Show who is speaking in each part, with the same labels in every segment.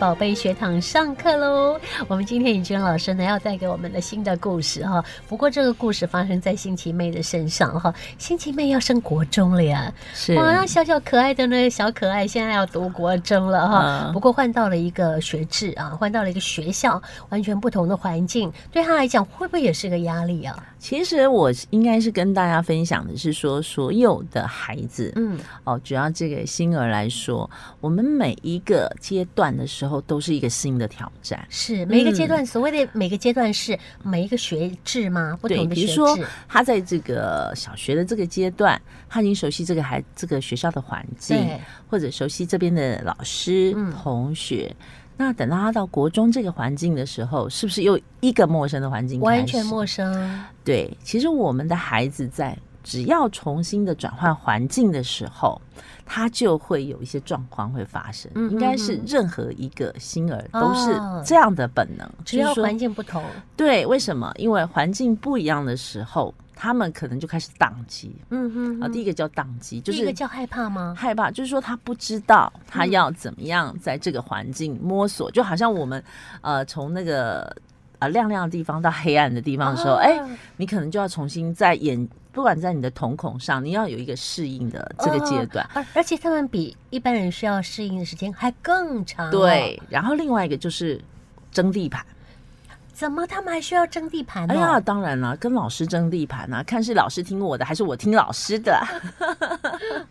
Speaker 1: 宝贝学堂上课喽！我们今天尹娟老师呢要带给我们的新的故事哈，不过这个故事发生在新奇妹的身上哈。新奇妹要升国中了呀，
Speaker 2: 是
Speaker 1: 哇，那小小可爱的呢小可爱现在要读国中了哈。
Speaker 2: 嗯
Speaker 1: 不过换到了一个学制啊，换到了一个学校，完全不同的环境，对她来讲会不会也是个压力啊？
Speaker 2: 其实我应该是跟大家分享的是说，所有的孩子，
Speaker 1: 嗯，
Speaker 2: 哦，主要这个星儿来说，我们每一个阶段的时候都是一个新的挑战。
Speaker 1: 是每一个阶
Speaker 2: 嗯
Speaker 1: 段、所谓的每个阶段是每一个学制吗？不
Speaker 2: 对，
Speaker 1: 同的
Speaker 2: 比
Speaker 1: 学
Speaker 2: 如说
Speaker 1: 制。
Speaker 2: 他在这个小学的这个阶段，他已经熟悉这个孩这个学校的环境，
Speaker 1: 对
Speaker 2: 或者熟悉这边的老师、
Speaker 1: 嗯
Speaker 2: 同学。那等到他到国中这个环境的时候，是不是又一个陌生的环境？
Speaker 1: 完全。陌生，
Speaker 2: 对，其实我们的孩子在只要重新的转换环境的时候，他就会有一些状况会发生。
Speaker 1: 嗯
Speaker 2: 应该是
Speaker 1: 嗯嗯
Speaker 2: 任何一个星儿都是
Speaker 1: 哦
Speaker 2: 这样的本能，
Speaker 1: 只
Speaker 2: 就是
Speaker 1: 要
Speaker 2: 说
Speaker 1: 环境不同，
Speaker 2: 对，为什么？因为环境不一样的时候，他们可能就开始宕机。
Speaker 1: 嗯哼
Speaker 2: 啊，
Speaker 1: 哼
Speaker 2: 第一个叫宕机，就
Speaker 1: 第一个
Speaker 2: 是
Speaker 1: 叫害怕吗？
Speaker 2: 害怕，就是说他不知道他
Speaker 1: 嗯
Speaker 2: 要怎么样在这个环境摸索，就好像我们呃从那个。啊，亮亮的地方到黑暗的地方的时候，
Speaker 1: 啊
Speaker 2: 哎、你可能就要重新在眼，不管在你的瞳孔上，你要有一个适应的这个阶段。
Speaker 1: 而而且他们比一般人需要适应的时间还更长、，啊
Speaker 2: 对，然后另外一个就是争地盘。
Speaker 1: 怎么他们还需要争地盘呢？哦
Speaker 2: 哎呀，当然啦，跟老师争地盘啊，看是老师听我的还是我听老师 的，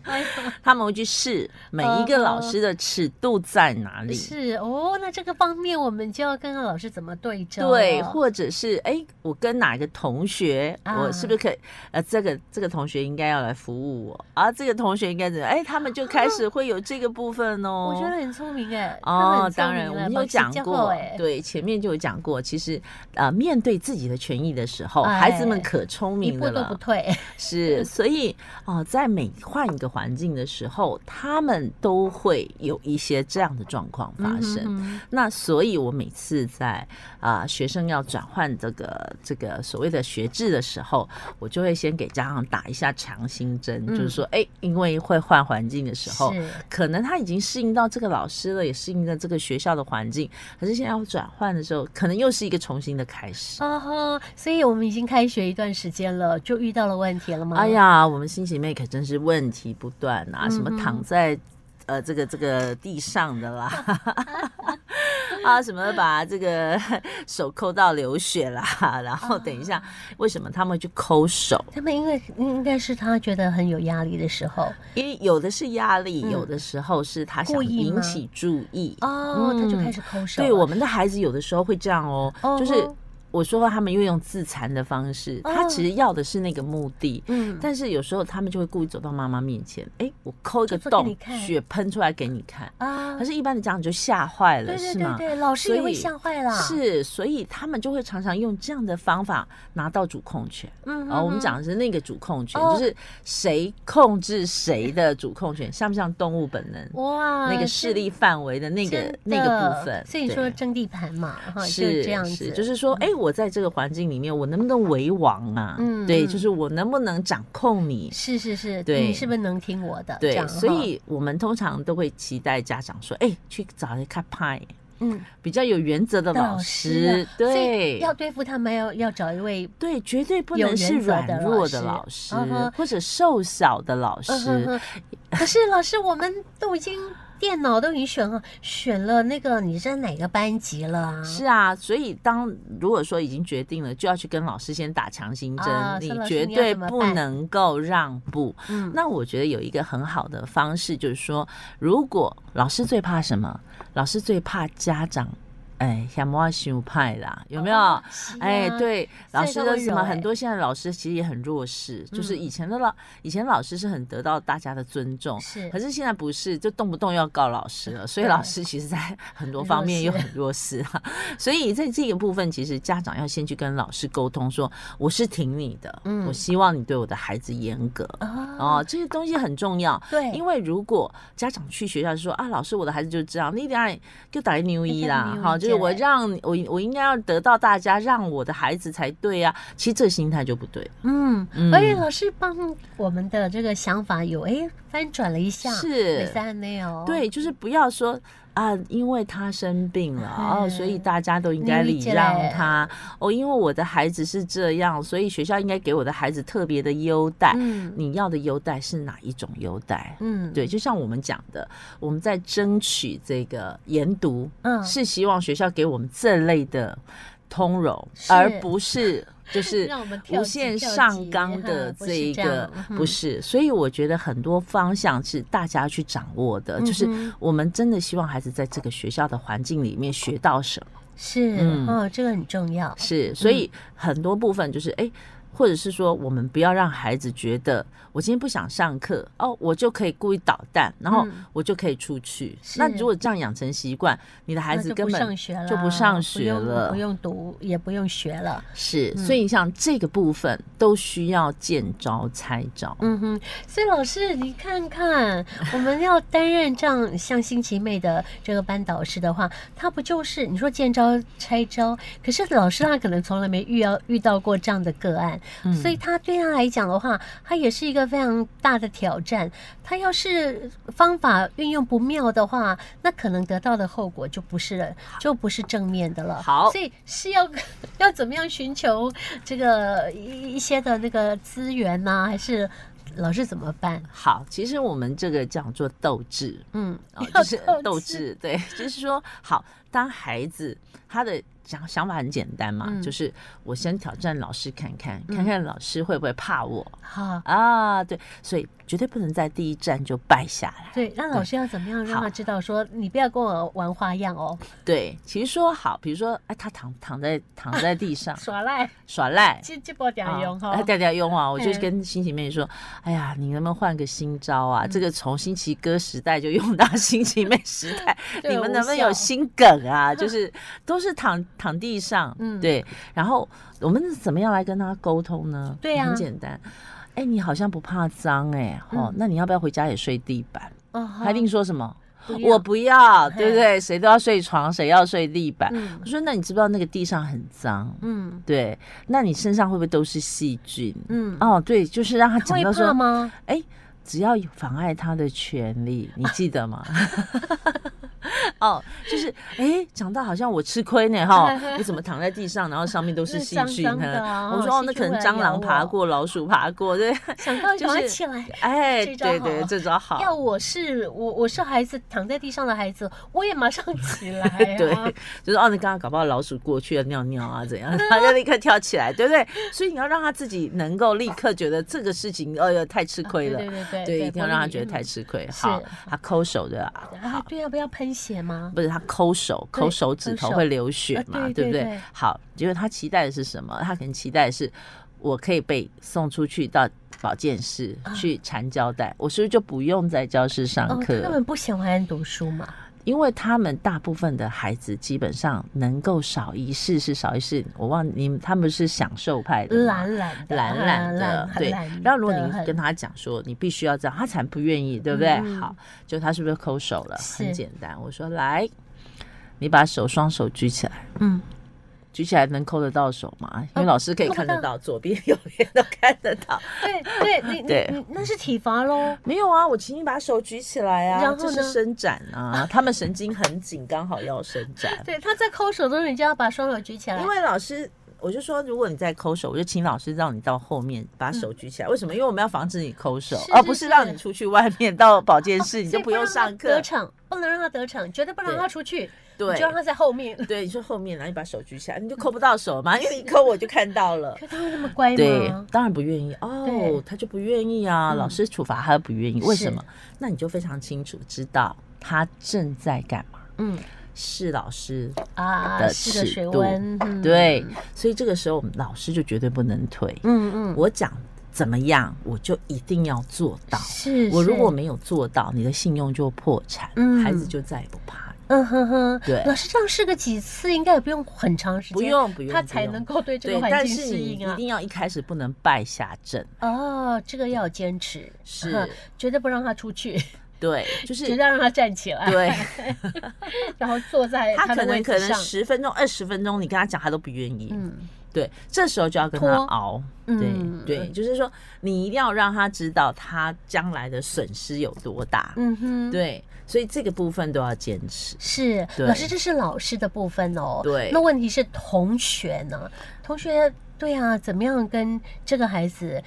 Speaker 1: 哎呀，
Speaker 2: 他们会去试每一
Speaker 1: 嗯
Speaker 2: 个老师的尺度在哪 里。
Speaker 1: 是哦，那这个方面我们就要看看老师怎么对症。
Speaker 2: 对，或者是哎，我跟哪个同学，
Speaker 1: 啊
Speaker 2: 我是不是可以？呃，这个这个同学应该要来服务我啊，这个同学应该怎么样？哎，他们就开始会有这个部分哦。
Speaker 1: 我觉得很聪明哎，他们
Speaker 2: 哦
Speaker 1: 很，聪
Speaker 2: 当
Speaker 1: 明哎
Speaker 2: 然，我们
Speaker 1: 老
Speaker 2: 有
Speaker 1: 师
Speaker 2: 讲
Speaker 1: 教
Speaker 2: 过
Speaker 1: 哎，，
Speaker 2: 对，前面就有讲过，其实呃，面对自己的权益的时候，孩子们
Speaker 1: 哎
Speaker 2: 可聪
Speaker 1: 一
Speaker 2: 明
Speaker 1: 步
Speaker 2: 的
Speaker 1: 都
Speaker 2: 了
Speaker 1: 不，嗯退。
Speaker 2: 是，所以哦、呃在每换一个环境的时候，他们都会有一些这样的状况发生。
Speaker 1: 嗯哼
Speaker 2: 那所以，我每次在啊、呃学生要转换这个这个所谓的学制的时候，我就会先给家长打一下强心针，
Speaker 1: 嗯
Speaker 2: 就是说，哎、因为会换环境的时候
Speaker 1: 是，
Speaker 2: 可能他已经适应到这个老师了，也适应了这个学校的环境，可是现在要转换的时候，可能又是一个重新的开始。
Speaker 1: 哼哦吼，所以我们已经开学一段时间了，就遇到了问题了吗？
Speaker 2: 哎，呀，我们新姐妹可真是问题不断啊！什么
Speaker 1: 嗯哼
Speaker 2: 躺在呃这个这个地上的啦， 啊什么把这个手抠到流血啦， 然后等一下为什么他们会去抠手？
Speaker 1: 他们因为应该是他觉得很有压力的时候，
Speaker 2: 因为有的是压力，
Speaker 1: 嗯
Speaker 2: 有的时候是他
Speaker 1: 故
Speaker 2: 想
Speaker 1: 意吗
Speaker 2: 引起注意。
Speaker 1: 哦，他就
Speaker 2: 嗯
Speaker 1: 开始抠手了。啊
Speaker 2: 对我们的孩子有的时候会这样哦，
Speaker 1: 哦
Speaker 2: 就是我说过他们又用自残的方式，他
Speaker 1: 哦
Speaker 2: 其实要的是那个目的，
Speaker 1: 嗯，
Speaker 2: 但是有时候他们就会故意走到妈妈面前，哎，我抠一个
Speaker 1: 就做给
Speaker 2: 洞
Speaker 1: 你，看
Speaker 2: 血喷出来给你看。
Speaker 1: 啊
Speaker 2: 可，是，一般的家长就吓坏了，
Speaker 1: 对对
Speaker 2: 是
Speaker 1: 对
Speaker 2: 吗？
Speaker 1: 对，老师也
Speaker 2: 所
Speaker 1: 会
Speaker 2: 以
Speaker 1: 吓坏啦。，
Speaker 2: 是，所以他们就会常常用这样的方法拿到主控权。哦
Speaker 1: 嗯
Speaker 2: 然后我们
Speaker 1: 嗯
Speaker 2: 讲的是那个主控权，
Speaker 1: 哦
Speaker 2: 就是谁控制谁的主控权，像不像动物本能？
Speaker 1: 哇，
Speaker 2: 那个势力范围的那
Speaker 1: 真
Speaker 2: 个
Speaker 1: 真
Speaker 2: 那个部
Speaker 1: 的
Speaker 2: 分，
Speaker 1: 所以
Speaker 2: 对
Speaker 1: 说争地盘嘛，哈，就是这样子，
Speaker 2: 是就是说，哎、我在这个环境里面，我能不能为王啊？
Speaker 1: 嗯
Speaker 2: 对，
Speaker 1: 嗯
Speaker 2: 就是我能不能掌控你？
Speaker 1: 是是是，
Speaker 2: 对
Speaker 1: 你是不是能听我的？这
Speaker 2: 对，
Speaker 1: 样
Speaker 2: 所
Speaker 1: 哈
Speaker 2: 以我们通常都会期待家长说，哎、去找一看派
Speaker 1: 嗯，
Speaker 2: 比较有原则的老
Speaker 1: 啊
Speaker 2: 师，
Speaker 1: 所以
Speaker 2: 对，
Speaker 1: 要对付他们要要找一位
Speaker 2: 对，绝对不
Speaker 1: 有
Speaker 2: 能是
Speaker 1: 原则
Speaker 2: 软
Speaker 1: 的
Speaker 2: 弱
Speaker 1: 老
Speaker 2: 的
Speaker 1: 师
Speaker 2: 老师
Speaker 1: 嗯哼
Speaker 2: 或者瘦小的老师，
Speaker 1: 嗯哼哼，可是老师，我们都已经电脑都已经选了选了那个你在哪个班级了啊？
Speaker 2: 是啊，所以当如果说已经决定了，就要去跟老师先打强心针，
Speaker 1: 啊
Speaker 2: 你
Speaker 1: 说老师
Speaker 2: 绝
Speaker 1: 你要
Speaker 2: 对
Speaker 1: 怎么
Speaker 2: 不
Speaker 1: 办
Speaker 2: 能够让步。
Speaker 1: 嗯
Speaker 2: 那我觉得有一个很好的方式，就是说，如果老师最怕什么？老师最怕家长，哎，想莫修派啦，有没有？
Speaker 1: 哦？是
Speaker 2: 哎，
Speaker 1: 啊，
Speaker 2: 对，
Speaker 1: 所以
Speaker 2: 老
Speaker 1: 他
Speaker 2: 师的
Speaker 1: 温
Speaker 2: 什
Speaker 1: 柔
Speaker 2: 么
Speaker 1: 哎
Speaker 2: 很多现在老师其实也很弱势，就是
Speaker 1: 嗯
Speaker 2: 以前的老以前老师是很得到大家的尊重，
Speaker 1: 是
Speaker 2: 可是现在不是，就动不动要告老师了，所以
Speaker 1: 对
Speaker 2: 老师其实在很多
Speaker 1: 很
Speaker 2: 方
Speaker 1: 弱
Speaker 2: 面
Speaker 1: 势
Speaker 2: 又很弱势啊。 所以在这个部分，其实家长要先去跟老师沟通说，我是挺你的，
Speaker 1: 嗯
Speaker 2: 我希望你对我的孩子严格。
Speaker 1: 哦，
Speaker 2: 哦，这些东西很重要，
Speaker 1: 对，
Speaker 2: 因为如果家长去学校就说啊，老师，我的孩子就是这样，你得爱就打牛一啦
Speaker 1: 你，
Speaker 2: 啊哈，
Speaker 1: 牛一
Speaker 2: 就是我
Speaker 1: 对
Speaker 2: 让我我应该要得到大家让我的孩子才对啊，其实这个心态就不对，
Speaker 1: 嗯，
Speaker 2: 嗯
Speaker 1: 而且老师帮我们的这个想法有哎翻转了一下，
Speaker 2: 是
Speaker 1: 没三内哦，
Speaker 2: 对，就是不要说啊，因为他生病了哦，
Speaker 1: 嗯
Speaker 2: 所以大家都应该
Speaker 1: 理
Speaker 2: 礼
Speaker 1: 解
Speaker 2: 让他哦，因为我的孩子是这样，所以学校应该给我的孩子特别的优待。
Speaker 1: 嗯
Speaker 2: 哎你要的优待是哪一种优待？
Speaker 1: 嗯，
Speaker 2: 对，就像我们讲的，我们在争取这个研读，
Speaker 1: 嗯
Speaker 2: 是希望学校给我们这类的通融，
Speaker 1: 是
Speaker 2: 而 不是就是
Speaker 1: 让我们跳
Speaker 2: 无
Speaker 1: 级
Speaker 2: 限
Speaker 1: 跳
Speaker 2: 上
Speaker 1: 级
Speaker 2: 纲的
Speaker 1: 嗯不
Speaker 2: 这
Speaker 1: 是
Speaker 2: 一
Speaker 1: 这
Speaker 2: 个
Speaker 1: 样嗯
Speaker 2: 不是，所以我觉得很多方向是大家去掌握的，就是
Speaker 1: 嗯哼
Speaker 2: 我们真的希望孩子在这个学校的环境里面学到什么。
Speaker 1: 是
Speaker 2: 嗯
Speaker 1: 哦，这个很重要。
Speaker 2: 是，所以很多部分就是哎。诶或者是说，我们不要让孩子觉得我今天不想上课哦，我就可以故意捣蛋，然后
Speaker 1: 嗯
Speaker 2: 我就可以出去。
Speaker 1: 是
Speaker 2: 那如果这样养成习惯，你的孩
Speaker 1: 那
Speaker 2: 子
Speaker 1: 就
Speaker 2: 根
Speaker 1: 不
Speaker 2: 本
Speaker 1: 上学了，
Speaker 2: 就不上学
Speaker 1: 用
Speaker 2: 了
Speaker 1: 不用读，也不用学了。
Speaker 2: 是，
Speaker 1: 嗯
Speaker 2: 所以像这个部分都需要见招拆招。
Speaker 1: 嗯哼，所以老师，你看看，我们要担任这样像新奇妹的这个班导师的话，他不就是你说见招拆招？可是老师他可能从来没遇到遇到过这样的个案，
Speaker 2: 嗯
Speaker 1: 所以他对他来讲的话，他也是一个非常大的挑战。他要是方法运用不妙的话，那可能得到的后果就不是就不是正面的了。
Speaker 2: 好
Speaker 1: 所以是要 要怎么样寻求这个一一些的那个资源呢、还是老师怎么办？
Speaker 2: 好，其实我们这个叫做斗志，
Speaker 1: 嗯，
Speaker 2: 啊、
Speaker 1: 要
Speaker 2: 就是
Speaker 1: 斗
Speaker 2: 斗
Speaker 1: 志
Speaker 2: 志， 对，就是说，好，当孩子他的想想法很简单嘛，
Speaker 1: 嗯
Speaker 2: 就是我先挑战老师看看，
Speaker 1: 嗯
Speaker 2: 看看老师会不会怕我
Speaker 1: 好，
Speaker 2: 啊？对，所以绝对不能在第一站就败下来。
Speaker 1: 对，那老师要怎么样让他
Speaker 2: 好
Speaker 1: 知道说你不要跟我玩花样哦，
Speaker 2: 对，其实说好，比如说，哎，他躺躺在躺在 地上
Speaker 1: 耍赖，
Speaker 2: 耍赖。
Speaker 1: 这这波点用哦哈
Speaker 2: 啊，大家用啊！我就
Speaker 1: 嗯
Speaker 2: 跟新奇妹说：“哎呀，你能不能换个新招
Speaker 1: 嗯
Speaker 2: 啊？这个从新奇哥时代就用到新奇妹时代，
Speaker 1: 对
Speaker 2: 你们
Speaker 1: 无
Speaker 2: 能不能
Speaker 1: 效
Speaker 2: 有新梗啊？就是都是躺躺地上，
Speaker 1: 嗯
Speaker 2: 对。然后我们怎么样来跟他沟通呢？
Speaker 1: 对啊
Speaker 2: 很简单。哎，你好像不怕脏哎、哦
Speaker 1: 嗯，
Speaker 2: 那你要不要回家也睡地板？
Speaker 1: 哦，
Speaker 2: 他一定说什么？
Speaker 1: 不要
Speaker 2: 我不要，
Speaker 1: 嘿
Speaker 2: 对不对？谁都要睡床，谁要睡地板？
Speaker 1: 嗯
Speaker 2: 我说，那你知不知道那个地上很脏？
Speaker 1: 嗯
Speaker 2: 对，那你身上会不会都是细菌？
Speaker 1: 嗯，
Speaker 2: 哦，对，就是让他讲
Speaker 1: 会
Speaker 2: 到
Speaker 1: 怕
Speaker 2: 说，
Speaker 1: 吗？
Speaker 2: 哎，只要有妨碍他的权利，你记得吗？ 哦，就是哎，讲到好像我吃亏呢哈，我怎么躺在地上，然后上面都是
Speaker 1: 是
Speaker 2: 细
Speaker 1: 脏
Speaker 2: 菌
Speaker 1: 脏
Speaker 2: 呢
Speaker 1: 的啊
Speaker 2: 我
Speaker 1: 哦
Speaker 2: 说哦，
Speaker 1: 细
Speaker 2: 那可
Speaker 1: 菌会
Speaker 2: 能
Speaker 1: 来
Speaker 2: 蟑
Speaker 1: 咬
Speaker 2: 螂爬
Speaker 1: 我
Speaker 2: 过，老鼠爬过， 对，
Speaker 1: 想到
Speaker 2: 就
Speaker 1: 赶快
Speaker 2: 是
Speaker 1: 起来。
Speaker 2: 哎，
Speaker 1: 这招
Speaker 2: 对对，
Speaker 1: 好
Speaker 2: 这招好。
Speaker 1: 要我是我我是孩子躺在地上的孩子，我也马上起来、啊。
Speaker 2: 对， 就是哦，你刚刚搞不好老鼠过去了尿尿啊，怎样，它 就立刻跳起来，对不对？所以你要让他自己能够立刻觉得这个事情，哎呦，太吃亏了
Speaker 1: 对。对对
Speaker 2: 对，一定要让他觉得太
Speaker 1: 是
Speaker 2: 吃亏。
Speaker 1: 是
Speaker 2: 好，他抠手的啊，
Speaker 1: 啊，对啊，不要喷血吗？
Speaker 2: 不是他抠手，
Speaker 1: 对
Speaker 2: 抠手指
Speaker 1: 抠
Speaker 2: 头
Speaker 1: 手
Speaker 2: 会流血
Speaker 1: 啊
Speaker 2: 嘛，
Speaker 1: 对
Speaker 2: 对不
Speaker 1: 对
Speaker 2: 对
Speaker 1: 对？
Speaker 2: 好，结果他期待的是什么？他可能期待的是我可以被送出去到保健室
Speaker 1: 啊
Speaker 2: 去缠胶带，我是不是就不用在教室上
Speaker 1: 哦，
Speaker 2: 课？
Speaker 1: 他们不喜欢读书嘛？
Speaker 2: 因为他们大部分的孩子基本上能够少一事是少一事，我忘你们他们是享受派的嘛，
Speaker 1: 懒懒的，
Speaker 2: 懒懒的
Speaker 1: 啊懒，
Speaker 2: 对
Speaker 1: 懒的。
Speaker 2: 然后如果你
Speaker 1: 很
Speaker 2: 跟他讲说你必须要这样，他才不愿意，对不对？
Speaker 1: 嗯
Speaker 2: 好，就他是不是抠手了？
Speaker 1: 是
Speaker 2: 很简单，我说来，你把手双手举起来，
Speaker 1: 嗯，
Speaker 2: 举起来能抠得到手吗？因为
Speaker 1: 哦
Speaker 2: 老师可以
Speaker 1: 抠不
Speaker 2: 看得
Speaker 1: 到
Speaker 2: 到，左边 右边都看得到。
Speaker 1: 对对，你
Speaker 2: 对
Speaker 1: 你你那是体罚 喽。
Speaker 2: 没有啊，我请你把手举起来啊，
Speaker 1: 然后
Speaker 2: 这
Speaker 1: 呢
Speaker 2: 是伸展啊，他们神经很紧，刚好要伸展。
Speaker 1: 对，他在抠手的时候，你就要把双手举起来
Speaker 2: 因。为老师，我就说，如果你在抠手，我就请老师让你到后面把手举起来。为什么？因为我们要防止你抠手，
Speaker 1: 是
Speaker 2: 而、
Speaker 1: 是
Speaker 2: 不嗯是
Speaker 1: 是
Speaker 2: 让你出去外面到保健室，你
Speaker 1: 所
Speaker 2: 就
Speaker 1: 以
Speaker 2: 不用
Speaker 1: 让他
Speaker 2: 上
Speaker 1: 得
Speaker 2: 课。
Speaker 1: 逞，不能让他得逞，绝对不能让他出去，你
Speaker 2: 对
Speaker 1: 就让他在后面。
Speaker 2: 对，你说后面，然后你把手举起来，你就抠不到手嘛，因为你抠我就看到了。
Speaker 1: 可他会那么乖
Speaker 2: 对
Speaker 1: 吗，？
Speaker 2: 当然不愿意哦
Speaker 1: 对，
Speaker 2: 他就不愿意啊。
Speaker 1: 嗯
Speaker 2: 老师处罚他不愿意，为
Speaker 1: 是
Speaker 2: 什么？那你就非常清楚知道他正在干嘛，
Speaker 1: 嗯
Speaker 2: 是老师
Speaker 1: 啊，
Speaker 2: 的
Speaker 1: 是个
Speaker 2: 尺
Speaker 1: 学
Speaker 2: 度
Speaker 1: 问。嗯
Speaker 2: 对，所以这个时候我们老师就绝对不能退。
Speaker 1: 嗯嗯，
Speaker 2: 我讲怎么样，我就一定要做到。
Speaker 1: 是
Speaker 2: 我如
Speaker 1: 是
Speaker 2: 果没有做到，你的信用就破产，
Speaker 1: 嗯
Speaker 2: 孩子就再也不怕你。
Speaker 1: 嗯哼哼，
Speaker 2: 对
Speaker 1: 老师这样试个几次，应该也不用很长时间，
Speaker 2: 不用不用
Speaker 1: 他
Speaker 2: 不
Speaker 1: 才
Speaker 2: 用
Speaker 1: 能够对这
Speaker 2: 对
Speaker 1: 个，环
Speaker 2: 但
Speaker 1: 境
Speaker 2: 是
Speaker 1: 适
Speaker 2: 你
Speaker 1: 应
Speaker 2: 一
Speaker 1: 啊。
Speaker 2: 定要一开始不能败下阵，
Speaker 1: 哦，这个要有坚持，
Speaker 2: 是
Speaker 1: 哼绝对不让他出去，
Speaker 2: 对，就
Speaker 1: 绝对
Speaker 2: 是。
Speaker 1: 让他站起来，
Speaker 2: 对
Speaker 1: 然后坐在
Speaker 2: 他可
Speaker 1: 的
Speaker 2: 能
Speaker 1: 哎位
Speaker 2: 可
Speaker 1: 置
Speaker 2: 能
Speaker 1: 上。
Speaker 2: 十分钟二十分钟，你跟他讲他都不愿意，
Speaker 1: 嗯，
Speaker 2: 对，这时候就要跟他
Speaker 1: 拖
Speaker 2: 熬。对
Speaker 1: 嗯
Speaker 2: 对，就是说你一定要让他知道他将来的损失有多大。
Speaker 1: 嗯哼，。
Speaker 2: 对，所以这个部分都要坚持。
Speaker 1: 是，
Speaker 2: 对
Speaker 1: 老师，这是老师的部分哦。
Speaker 2: 对
Speaker 1: 那问题是同学呢？同学，对啊，怎么样跟这个孩子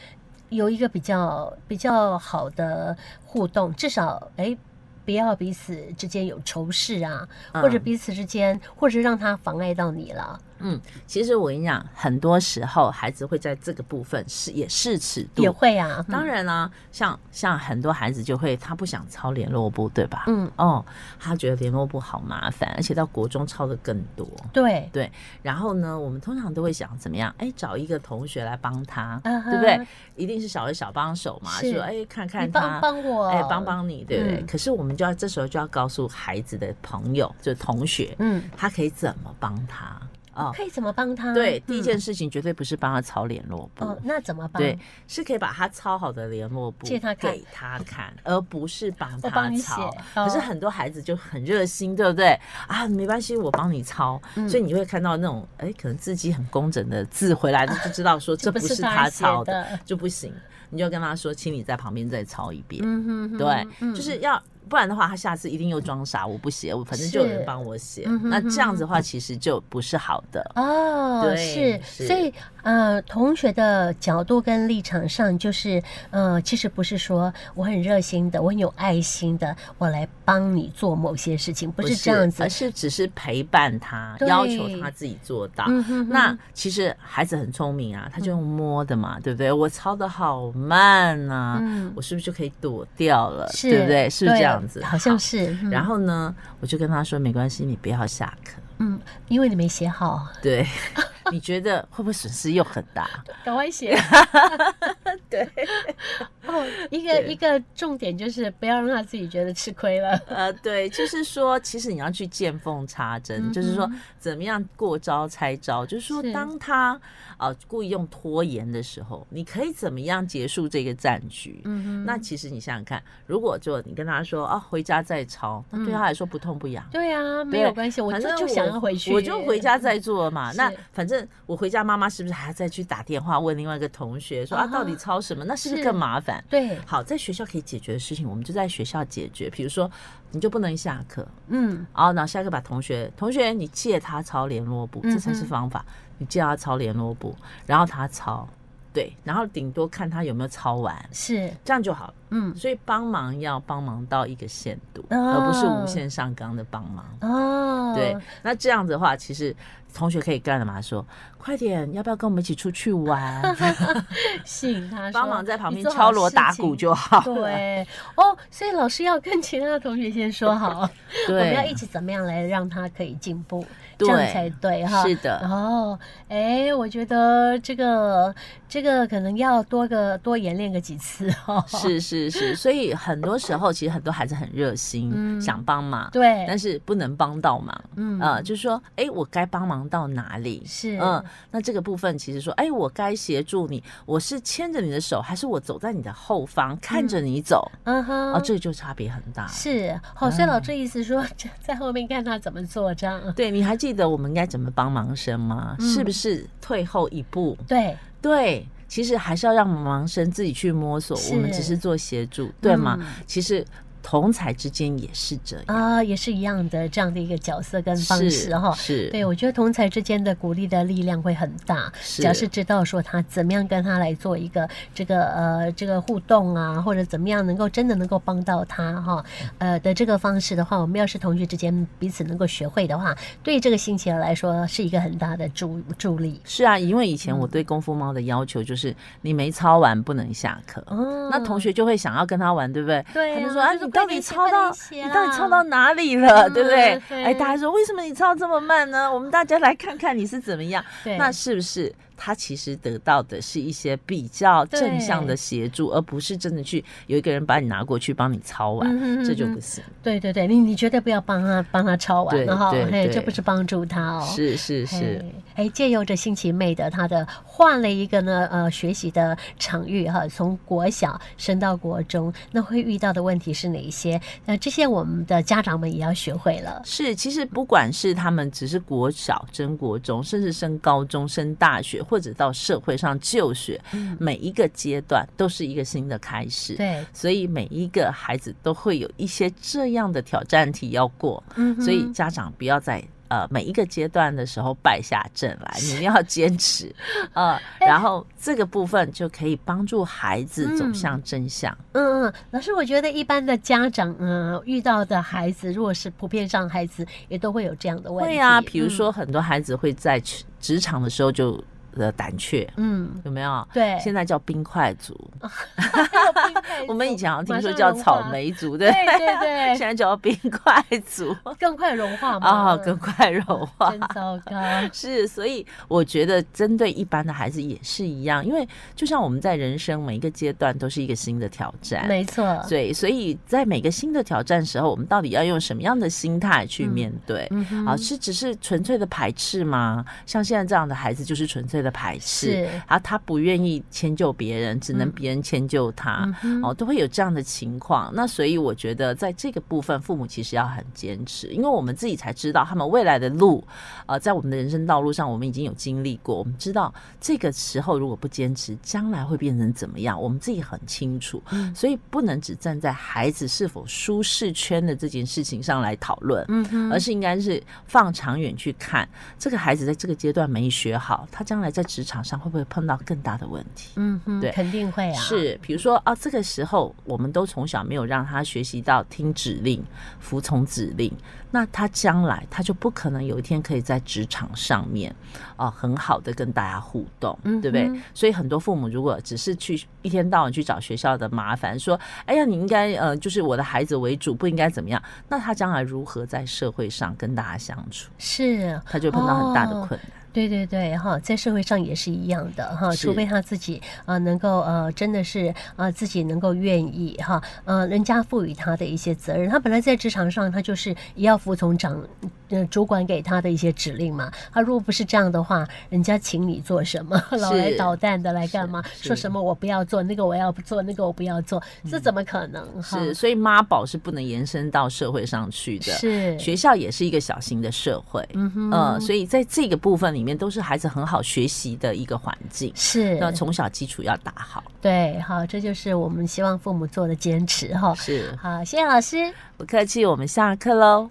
Speaker 1: 有一个比较比较好的互动？至少，哎，不要彼此之间有仇视啊，或者
Speaker 2: 嗯
Speaker 1: 彼此之间，或者让他妨碍到你了，
Speaker 2: 嗯，其实我跟你讲，很多时候孩子会在这个部分是也是尺度。
Speaker 1: 也会啊。
Speaker 2: 当然啦、像像很多孩子就会他不想抄联络簿，对吧？
Speaker 1: 嗯，嗯，
Speaker 2: 哦，他觉得联络簿好麻烦，而且到国中抄的更多。
Speaker 1: 对，
Speaker 2: 然后呢，我们通常都会想怎么样？哎，找一个同学来帮他，
Speaker 1: 嗯哼
Speaker 2: 对不对？一定是小的小帮手嘛，
Speaker 1: 是
Speaker 2: 说哎，看
Speaker 1: 你
Speaker 2: 看
Speaker 1: 帮
Speaker 2: 他。
Speaker 1: 帮我，
Speaker 2: 哎，帮，帮你，对不对？
Speaker 1: 嗯
Speaker 2: 可是我们就要这时候就要告诉孩子的朋友，就是同学，
Speaker 1: 嗯，
Speaker 2: 他可以怎么帮他哦？
Speaker 1: 可以怎么帮他？
Speaker 2: 对，第一件
Speaker 1: 嗯，
Speaker 2: 事情绝对不是帮他抄联络簿，
Speaker 1: 哦，那怎么帮？
Speaker 2: 对，是可以把他抄好的联络簿
Speaker 1: 借他看
Speaker 2: 给他看，而不是帮
Speaker 1: 我帮
Speaker 2: 他
Speaker 1: 你写
Speaker 2: 抄。。
Speaker 1: 哦
Speaker 2: 可是很多孩子就很热心，对不对？啊，没关系，我帮你抄，
Speaker 1: 嗯
Speaker 2: 所以你会看到那种，哎，可能字迹很工整的字回来，
Speaker 1: 啊
Speaker 2: 就知道说这不是他抄的，
Speaker 1: 的。
Speaker 2: 就不行。你就跟他说，请你在旁边再抄一遍，
Speaker 1: 嗯哼哼，
Speaker 2: 对，
Speaker 1: 嗯
Speaker 2: 就是要不然的话，他下次一定又装傻，我不写，我反正就有人
Speaker 1: 是
Speaker 2: 帮我写
Speaker 1: 嗯。哼
Speaker 2: 那
Speaker 1: 哼
Speaker 2: 这样子的话，其实就不是好的。
Speaker 1: 哦，
Speaker 2: 对
Speaker 1: 是，
Speaker 2: 是
Speaker 1: 所以呃，同学的角度跟立场上，就是呃，其实不是说我很热心的，我很有爱心的，我来帮你做某些事情，不是这样子
Speaker 2: 而。是只是陪伴他，
Speaker 1: 对
Speaker 2: 要求他自己做到。
Speaker 1: 嗯哼哼
Speaker 2: 那其实孩子很聪明啊，他就用摸的嘛，对不对？我抄的好慢啊，
Speaker 1: 嗯
Speaker 2: 我是不是就可以躲掉了？
Speaker 1: 是，
Speaker 2: 对不对？是不是这样子？
Speaker 1: 好像
Speaker 2: 好。
Speaker 1: 是。嗯
Speaker 2: 然后呢，我就跟他说，没关系，你不要下课。
Speaker 1: 嗯，因为你没写好，
Speaker 2: 对，你觉得会不会损失又很大？
Speaker 1: 赶快写。
Speaker 2: 对，
Speaker 1: 哦，一个
Speaker 2: 对
Speaker 1: 一个重点就是不要让他自己觉得吃亏了。
Speaker 2: 呃，对，就是说，其实你要去见缝插针，就是说
Speaker 1: 嗯哼
Speaker 2: 怎么样过招拆招，就是说，
Speaker 1: 是
Speaker 2: 当他呃故意用拖延的时候，你可以怎么样结束这个战局？
Speaker 1: 嗯哼
Speaker 2: 那其实你想想看，如果就你跟他说啊，回家再抄，那对他来说不痛不痒。
Speaker 1: 对啊，没
Speaker 2: 对
Speaker 1: 有关系，我
Speaker 2: 反
Speaker 1: 嗯就
Speaker 2: 正
Speaker 1: 就想要回去，嗯
Speaker 2: 我就回。家再做了嘛。
Speaker 1: 是
Speaker 2: 那反正我回家，妈妈是不是还要再去打电话问另外一个同学说啊，
Speaker 1: 啊哈
Speaker 2: 到底抄什么？那是不是
Speaker 1: 是
Speaker 2: 更麻烦？
Speaker 1: 对，
Speaker 2: 好，在学校可以解决的事情，我们就在学校解决。比如说，你就不能下课，
Speaker 1: 嗯，
Speaker 2: 然后然后下课把同学同学你借他抄联络簿，这才
Speaker 1: 嗯
Speaker 2: 是
Speaker 1: 哼
Speaker 2: 方法。你借他抄联络簿，然后他抄，对，然后顶多看他有没有抄完，
Speaker 1: 是，
Speaker 2: 这样就好了。
Speaker 1: 嗯，
Speaker 2: 所以帮忙要帮忙到一个限度，
Speaker 1: 哦
Speaker 2: 而不是无限上纲的帮忙。
Speaker 1: 哦，
Speaker 2: 对，那这样子的话，其实同学可以干嘛？说快点，要不要跟我们一起出 去玩？
Speaker 1: 吸引他说
Speaker 2: 帮忙在旁
Speaker 1: 你
Speaker 2: 边
Speaker 1: 做好
Speaker 2: 敲锣打
Speaker 1: 事
Speaker 2: 鼓
Speaker 1: 情
Speaker 2: 就好了。
Speaker 1: 对哦，所以老师要跟其他的同学先说好，我
Speaker 2: 对，
Speaker 1: 们要一起怎么样来让他可以进步，这样
Speaker 2: 对
Speaker 1: 才对哈。
Speaker 2: 是的
Speaker 1: 哦，哎，我觉得这个这个可能要多个多演练个几次哦。，
Speaker 2: 是是是，所以很多时候其实很多孩子很热心，
Speaker 1: 嗯
Speaker 2: 想帮忙，
Speaker 1: 对，
Speaker 2: 但是不能帮到忙。
Speaker 1: 嗯
Speaker 2: 呃，就是说，哎，我该帮忙到哪里？
Speaker 1: 是
Speaker 2: 嗯、那这个部分其实说，哎，我该协助你，我是牵着你的手，还是我走在你的后方看着你走？
Speaker 1: 嗯哼，
Speaker 2: 啊、这个就嗯差别很大。
Speaker 1: 是好，所以老师意思说， 这在后面看他怎么做这样。
Speaker 2: 对，你还记得我们应该怎么帮忙生吗？
Speaker 1: 嗯
Speaker 2: 是不是退后一步？
Speaker 1: 对，
Speaker 2: 对，其实还是要让盲生自己去摸索，我们
Speaker 1: 是
Speaker 2: 只是做协助，对吗？
Speaker 1: 嗯
Speaker 2: 其实同才之间也是这样。
Speaker 1: 啊，也是一样的这样的一个角色跟方
Speaker 2: 是
Speaker 1: 式哈。
Speaker 2: 是，
Speaker 1: 对，我觉得同才之间的鼓励的力量会很大。
Speaker 2: 是
Speaker 1: 只要是知道说他怎么样跟他来做一个这个呃这个互动啊，或者怎么样能够真的能够帮到他哈，呃的这个方式的话，我们要是同学之间彼此能够学会的话，对这个心情来说是一个很大的助助力。
Speaker 2: 是啊，因为以前我
Speaker 1: 嗯
Speaker 2: 对功夫猫的要求就是，你没抄完不能下课。
Speaker 1: 哦，
Speaker 2: 那同学就会想要跟他玩，对不对？
Speaker 1: 对啊
Speaker 2: 他就说：“啊，
Speaker 1: 就是
Speaker 2: 你
Speaker 1: 快
Speaker 2: 到
Speaker 1: 点
Speaker 2: 底
Speaker 1: 写
Speaker 2: 抄到，
Speaker 1: 快
Speaker 2: 你
Speaker 1: 点写
Speaker 2: 到底
Speaker 1: 啦
Speaker 2: 抄到哪里了，
Speaker 1: 啊嗯
Speaker 2: 对不对？”
Speaker 1: 对
Speaker 2: 哎，大家说：“为什么你抄这么慢呢？”我们大家来看看你是怎么样。
Speaker 1: 对，
Speaker 2: 那是不是他其实得到的是一些比较正向的协助，而不是真的去有一个人把你拿过去帮你抄完，
Speaker 1: 嗯哼嗯哼
Speaker 2: 这就不行。
Speaker 1: 对对对，你你绝对不要帮他帮他抄完，
Speaker 2: 对
Speaker 1: 然后
Speaker 2: 对
Speaker 1: 嘿，
Speaker 2: 对
Speaker 1: 这不是帮助他哦。
Speaker 2: 是是是，
Speaker 1: 嘿，哎，借由着新奇妹的她的换了一个呢，呃，学习的场域哈，从国小升到国中，那会遇到的问题是哪一些？那这些我们的家长们也要学会了。
Speaker 2: 是，其实不管是他们只是国小升国中，甚至升高中、升大学，或者到社会上就学，
Speaker 1: 嗯
Speaker 2: 每一个阶段都是一个新的开始。
Speaker 1: 对，
Speaker 2: 所以每一个孩子都会有一些这样的挑战题要过，
Speaker 1: 嗯哼，
Speaker 2: 所以家长不要在呃每一个阶段的时候败下阵来，你们要坚持， 呃，
Speaker 1: 哎
Speaker 2: 然后这个部分就可以帮助孩子走
Speaker 1: 嗯
Speaker 2: 向真相。
Speaker 1: 嗯嗯，老师，我觉得一般的家长，嗯，遇到的孩子，如果是普遍上孩子，也都会有这样的问题。嗯
Speaker 2: 会啊，比如说很多孩子会在职职场的时候就呃胆怯，
Speaker 1: 嗯，嗯，
Speaker 2: 有没有？
Speaker 1: 对，
Speaker 2: 现在叫冰块族，
Speaker 1: 还有冰块
Speaker 2: 我们以前好像听
Speaker 1: 马
Speaker 2: 说
Speaker 1: 上
Speaker 2: 叫
Speaker 1: 融
Speaker 2: 草
Speaker 1: 化，
Speaker 2: 莓族，
Speaker 1: 对
Speaker 2: 对，
Speaker 1: 对对，
Speaker 2: 现在叫冰块族
Speaker 1: 更快融化嘛。
Speaker 2: 啊，更快融化
Speaker 1: 真。糟糕。
Speaker 2: 是，所以我觉得针对一般的孩子也是一样，因为就像我们在人生每一个阶段都是一个新的挑战，
Speaker 1: 没错，
Speaker 2: 对， 所以在每个新的挑战时候，我们到底要用什么样的心态去面对？
Speaker 1: 嗯哼
Speaker 2: 啊，是只是纯粹的排斥吗？像现在这样的孩子就是纯粹的排斥
Speaker 1: 是，
Speaker 2: 啊，他不愿意迁就别人，只能
Speaker 1: 嗯
Speaker 2: 别人迁就他。
Speaker 1: 嗯哼
Speaker 2: 哦，都会有这样的情况。那所以我觉得，在这个部分，父母其实要很坚持，因为我们自己才知道他们未来的路，呃，在我们的人生道路上，我们已经有经历过，我们知道这个时候如果不坚持，将来会变成怎么样，我们自己很清楚。
Speaker 1: 嗯
Speaker 2: 所以不能只站在孩子是否舒适圈的这件事情上来讨论。
Speaker 1: 嗯哼，
Speaker 2: 而是应该是放长远去看，这个孩子在这个阶段没学好，他将来在职场上会不会碰到更大的问题？
Speaker 1: 嗯哼，
Speaker 2: 对
Speaker 1: 肯定会啊。，
Speaker 2: 是，比如说啊，这个时候我们都从小没有让他学习到听指令、服从指令，那他将来他就不可能有一天可以在职场上面啊、很好的跟大家互动，
Speaker 1: 嗯
Speaker 2: 对不对
Speaker 1: 哼？
Speaker 2: 所以很多父母如果只是去一天到晚去找学校的麻烦，说哎呀，你应该呃就是我的孩子为主，不应该怎么样，那他将来如何在社会上跟大家相处？
Speaker 1: 是，
Speaker 2: 他就碰到很大的
Speaker 1: 哦
Speaker 2: 困难。
Speaker 1: 对对对，哈，在社会上也是一样的哈，
Speaker 2: 是
Speaker 1: 除非他自己啊、呃能够呃真的是啊、呃自己能够愿意哈，呃人家赋予他的一些责任，他本来在职场上他就是也要服从长呃主管给他的一些指令嘛，他如果不是这样的话，人家请你做什么， 老来捣蛋的来干嘛？
Speaker 2: 是嗯
Speaker 1: 说什么我不要做，那个我要不做，那个我不要做，这怎么可能？哈
Speaker 2: 是，所以妈宝是不能延伸到社会上去的。
Speaker 1: 是，
Speaker 2: 学校也是一个小型的社会，
Speaker 1: 嗯哼，
Speaker 2: 呃，所以在这个部分里面，都是孩子很好学习的一个环境。
Speaker 1: 是
Speaker 2: 那从小基础要打好，
Speaker 1: 对，好，这就是我们希望父母做的坚持哈。
Speaker 2: 是
Speaker 1: 好，谢谢老师。
Speaker 2: 不客气，我们下课喽。